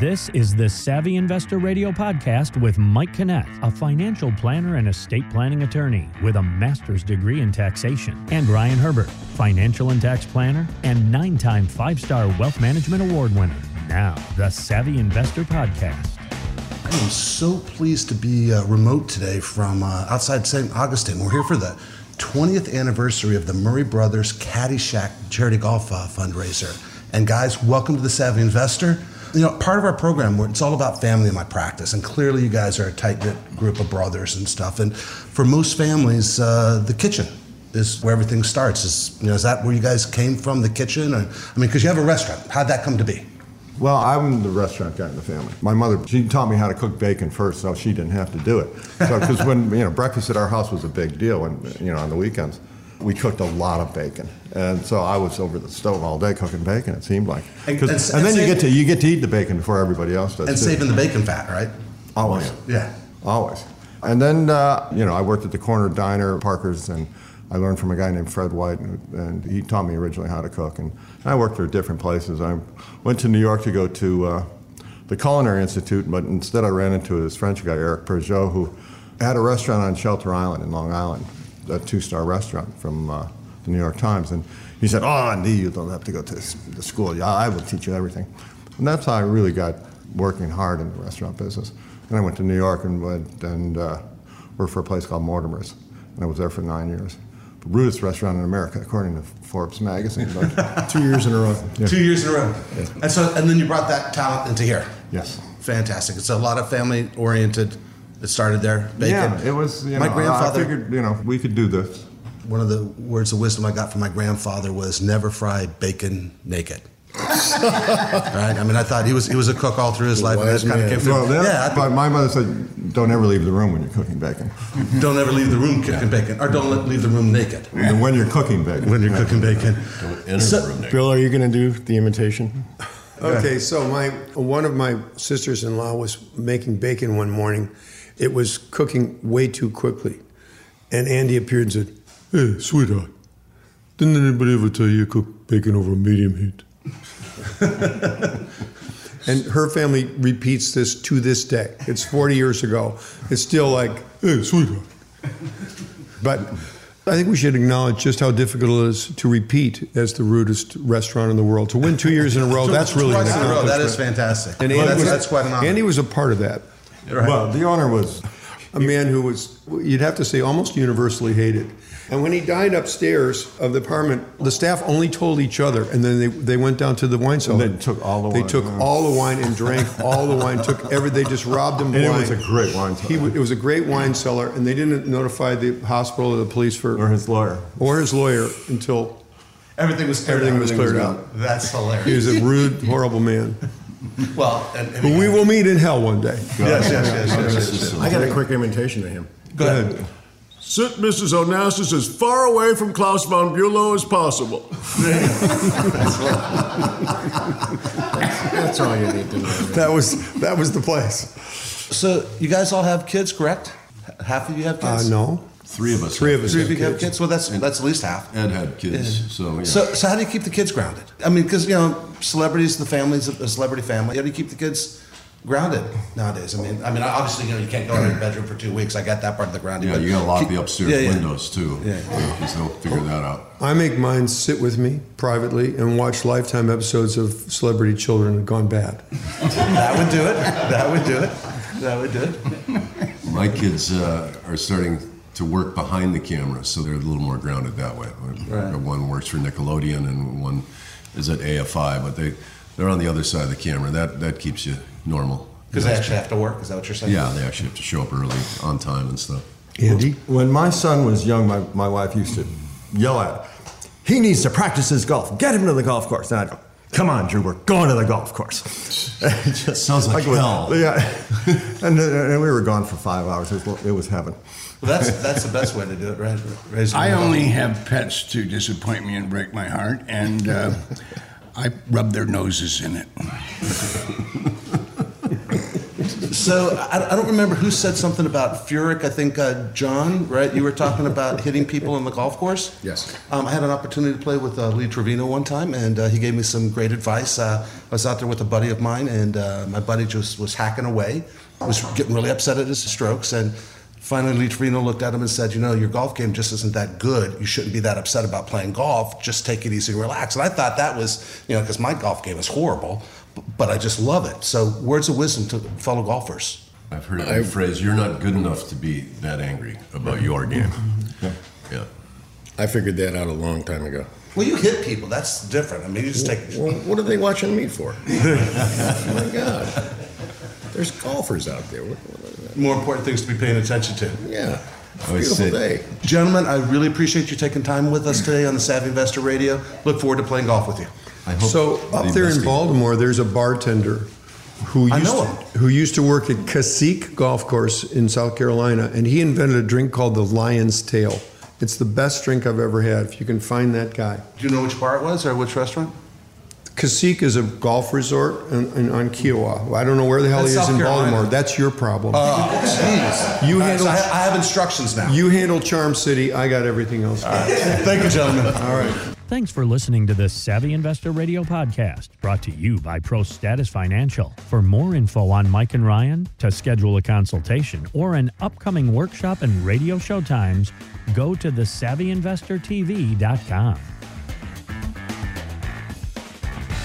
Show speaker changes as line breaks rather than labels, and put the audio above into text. This is the Savvy Investor Radio podcast with Mike Kenneth, a financial planner and estate planning attorney with a master's degree in taxation, and Ryan Herbert, financial and tax planner and nine time five star wealth management award winner. Now, the Savvy Investor Podcast.
I am so pleased to be uh, remote today from uh, outside St. Augustine. We're here for the 20th anniversary of the Murray Brothers Caddyshack Charity Golf uh, Fundraiser. And guys, welcome to the Savvy Investor. You know, part of our program, where it's all about family in my practice, and clearly you guys are a tight knit group of brothers and stuff. And for most families, uh, the kitchen is where everything starts. Is you know, is that where you guys came from? The kitchen, or, I mean, because you have a restaurant. How'd that come to be?
Well, I'm the restaurant guy in the family. My mother, she taught me how to cook bacon first, so she didn't have to do it. Because when you know breakfast at our house was a big deal, and you know on the weekends, we cooked a lot of bacon, and so I was over the stove all day cooking bacon. It seemed like, 'Cause-
And- and
and,
s-
then
and
you get to
saving-
you get to eat the bacon before everybody else does.
And
too. Oh,
saving the bacon fat, right?
always,
Yeah.
always. And then uh, you know I worked at the corner diner, Parker's, and I learned from a guy named Fred White, and, and he taught me originally how to cook. And I worked for different places. I went to New York to go to uh, the Culinary Institute, but instead I ran into this French guy, Eric Peugeot, who had a restaurant on Shelter Island in Long Island, a two-star restaurant from uh, the New York Times, and he said, "Oh, Andy, you don't have to go to s- the school. Yeah, I will teach you everything." And that's how I really got working hard in the restaurant business. And I went to New York and went and uh, worked for a place called Mortimer's, and I was there for nine years. The rudest restaurant in America, according to Forbes magazine, but two years in a row. Yeah.
Two years in a row. And so, and then you brought that talent into here.
Yes.
Fantastic. It's a lot of family oriented. It started there. Bacon.
Yeah, it was. You
my
know, I-
grandfather.
I figured, you know, we could do this.
one of the words of wisdom I got from my grandfather was never fry bacon naked. right? I mean, I thought he was he was a cook all through his life, and
wise
that's kind of
man.
came through.
Well, that,
yeah, I
but
think,
my mother said, "Don't ever leave the room when you're cooking bacon."
don't ever leave the room cooking bacon, or don't let- leave the room naked
And when you're cooking bacon.
when you're cooking bacon.
Enter
So-
the room next.
Bill, are you going to do the imitation?
Okay, so my one of my sisters-in-law was making bacon one morning. It was cooking way too quickly, and Andy appeared and said, "Hey, sweetheart, didn't anybody ever tell you to cook bacon over medium heat?" and her family repeats this to this day. It's 40 years ago. It's still like, "Hey, sweetheart." But I think we should acknowledge just how difficult it is to repeat as the rudest restaurant in the world. To win two years in a row, that's really an
Twice in a row,
accomplishment.
that is fantastic.
And
Well,
Andy
that's,
was,
that's quite an honor.
Andy was a part of that.
Right.
Well, the owner was
A man who was, you'd have to say, almost universally hated. And when he died upstairs of the apartment, the staff only told each other, and then they, they went down to the wine cellar.
they took all the
They
wine,
took
yeah.
all the wine and drank all the wine. Took every. They just robbed him
And it
blind.
was a great wine cellar.
He, wa- it was a great wine cellar, and they didn't notify the hospital or the police for
or his lawyer.
or his lawyer until
everything was cleared
Everything
out.
was cleared
out.
out.
That's hilarious.
He was a rude, horrible man.
well, and, and
But we will meet in hell one day.
Yes, yes, yes, yes, yes, yes.
I got a quick imitation of him.
Go ahead.
Sit Mrs. Onassis as far away from Klaus von Bülow as possible. That's all you need to know.
That was that was the place.
So you guys all have kids, correct? H- Half of you have
Uh,
kids.
no,
Three of us.
three of us.
Three of
have
you have
kids.
kids. Well, that's that's at least half.
Ed had kids, so yeah.
So, so how do you keep the kids grounded? I mean, because you know, celebrities, the families, a celebrity family. How do you keep the kids grounded nowadays? I mean, I mean, obviously, you know, you can't go in your bedroom for two weeks. I got that part of the grounding.
yeah,
but
you got to lock
keep-
the upstairs
yeah, yeah.
windows too.
Yeah.
because they'll figure that out.
I make mine sit with me privately and watch lifetime episodes of Celebrity Children Gone Bad.
That would do it. That would do it. That would do it.
My kids uh, are starting to work behind the camera, so they're a little more grounded that way.
Right.
One works for Nickelodeon, and one is at AFI, but they they're on the other side of the camera. That that keeps you normal.
Because they actually have to work. Is that what you're saying?
Yeah, they actually have to show up early on time and stuff.
Andy,
When my son was young, my, my wife used to yell at him, he needs to practice his golf. Get him to the golf course. And I'd go, come on, Drew, we're going to the golf course. It just
Sounds like
it was-
hell.
Yeah. and, then- and we were gone for five hours. It was, it was heaven.
Well, that's that's the best way to do it, right? Raise them
I
up.
only have pets to disappoint me and break my heart, and uh, I rub their noses in it.
So I, I don't remember who said something about Furyk. I think uh, John, right? You were talking about hitting people on the golf course.
Yes.
Um, I had an opportunity to play with uh, Lee Trevino one time, and uh, he gave me some great advice. Uh, I was out there with a buddy of mine, and uh, my buddy just was hacking away, was getting really upset at his strokes, and finally Lee Trevino looked at him and said, "You know, your golf game just isn't that good. You shouldn't be that upset about playing golf. Just take it easy and relax." And I thought that was, you know, because my golf game is horrible, b- but I just love it. So words of wisdom to fellow golfers.
I've heard that phrase, you're not good enough to be that angry about your game. Yeah.
I figured that out a long time ago.
Well, you hit people. That's different. I mean, you just take.
Well, what are they watching me for? oh my God. There's golfers out there. What, what,
more important things to be paying attention to.
yeah. It's a
I
beautiful
see.
day.
Gentlemen, I really appreciate you taking time with us today on the Savvy Investor Radio. Look forward to playing golf with you.
I hope
So
the
up there in
investing-
Baltimore, there's a bartender who
I
used
know
to,
him.
who used to work at Cacique Golf Course in South Carolina, and he invented a drink called the Lion's Tail. It's the best drink I've ever had. If you can find that guy,
Do you know which bar it was or which restaurant?
Cacique is a golf resort in, in, on Kiowa. I don't know where the hell
That's
he is
South
in
Carolina.
Baltimore. That's your problem.
Oh, jeez. All
You
right, so I,
handle-
I have instructions now.
you handle Charm City. I got everything else.
Thank you, gentlemen.
All right.
Thanks for listening to this Savvy Investor Radio podcast brought to you by Pro Status Financial. For more info on Mike and Ryan, to schedule a consultation or an upcoming workshop and radio show times, go to thesavvyinvestortv.com.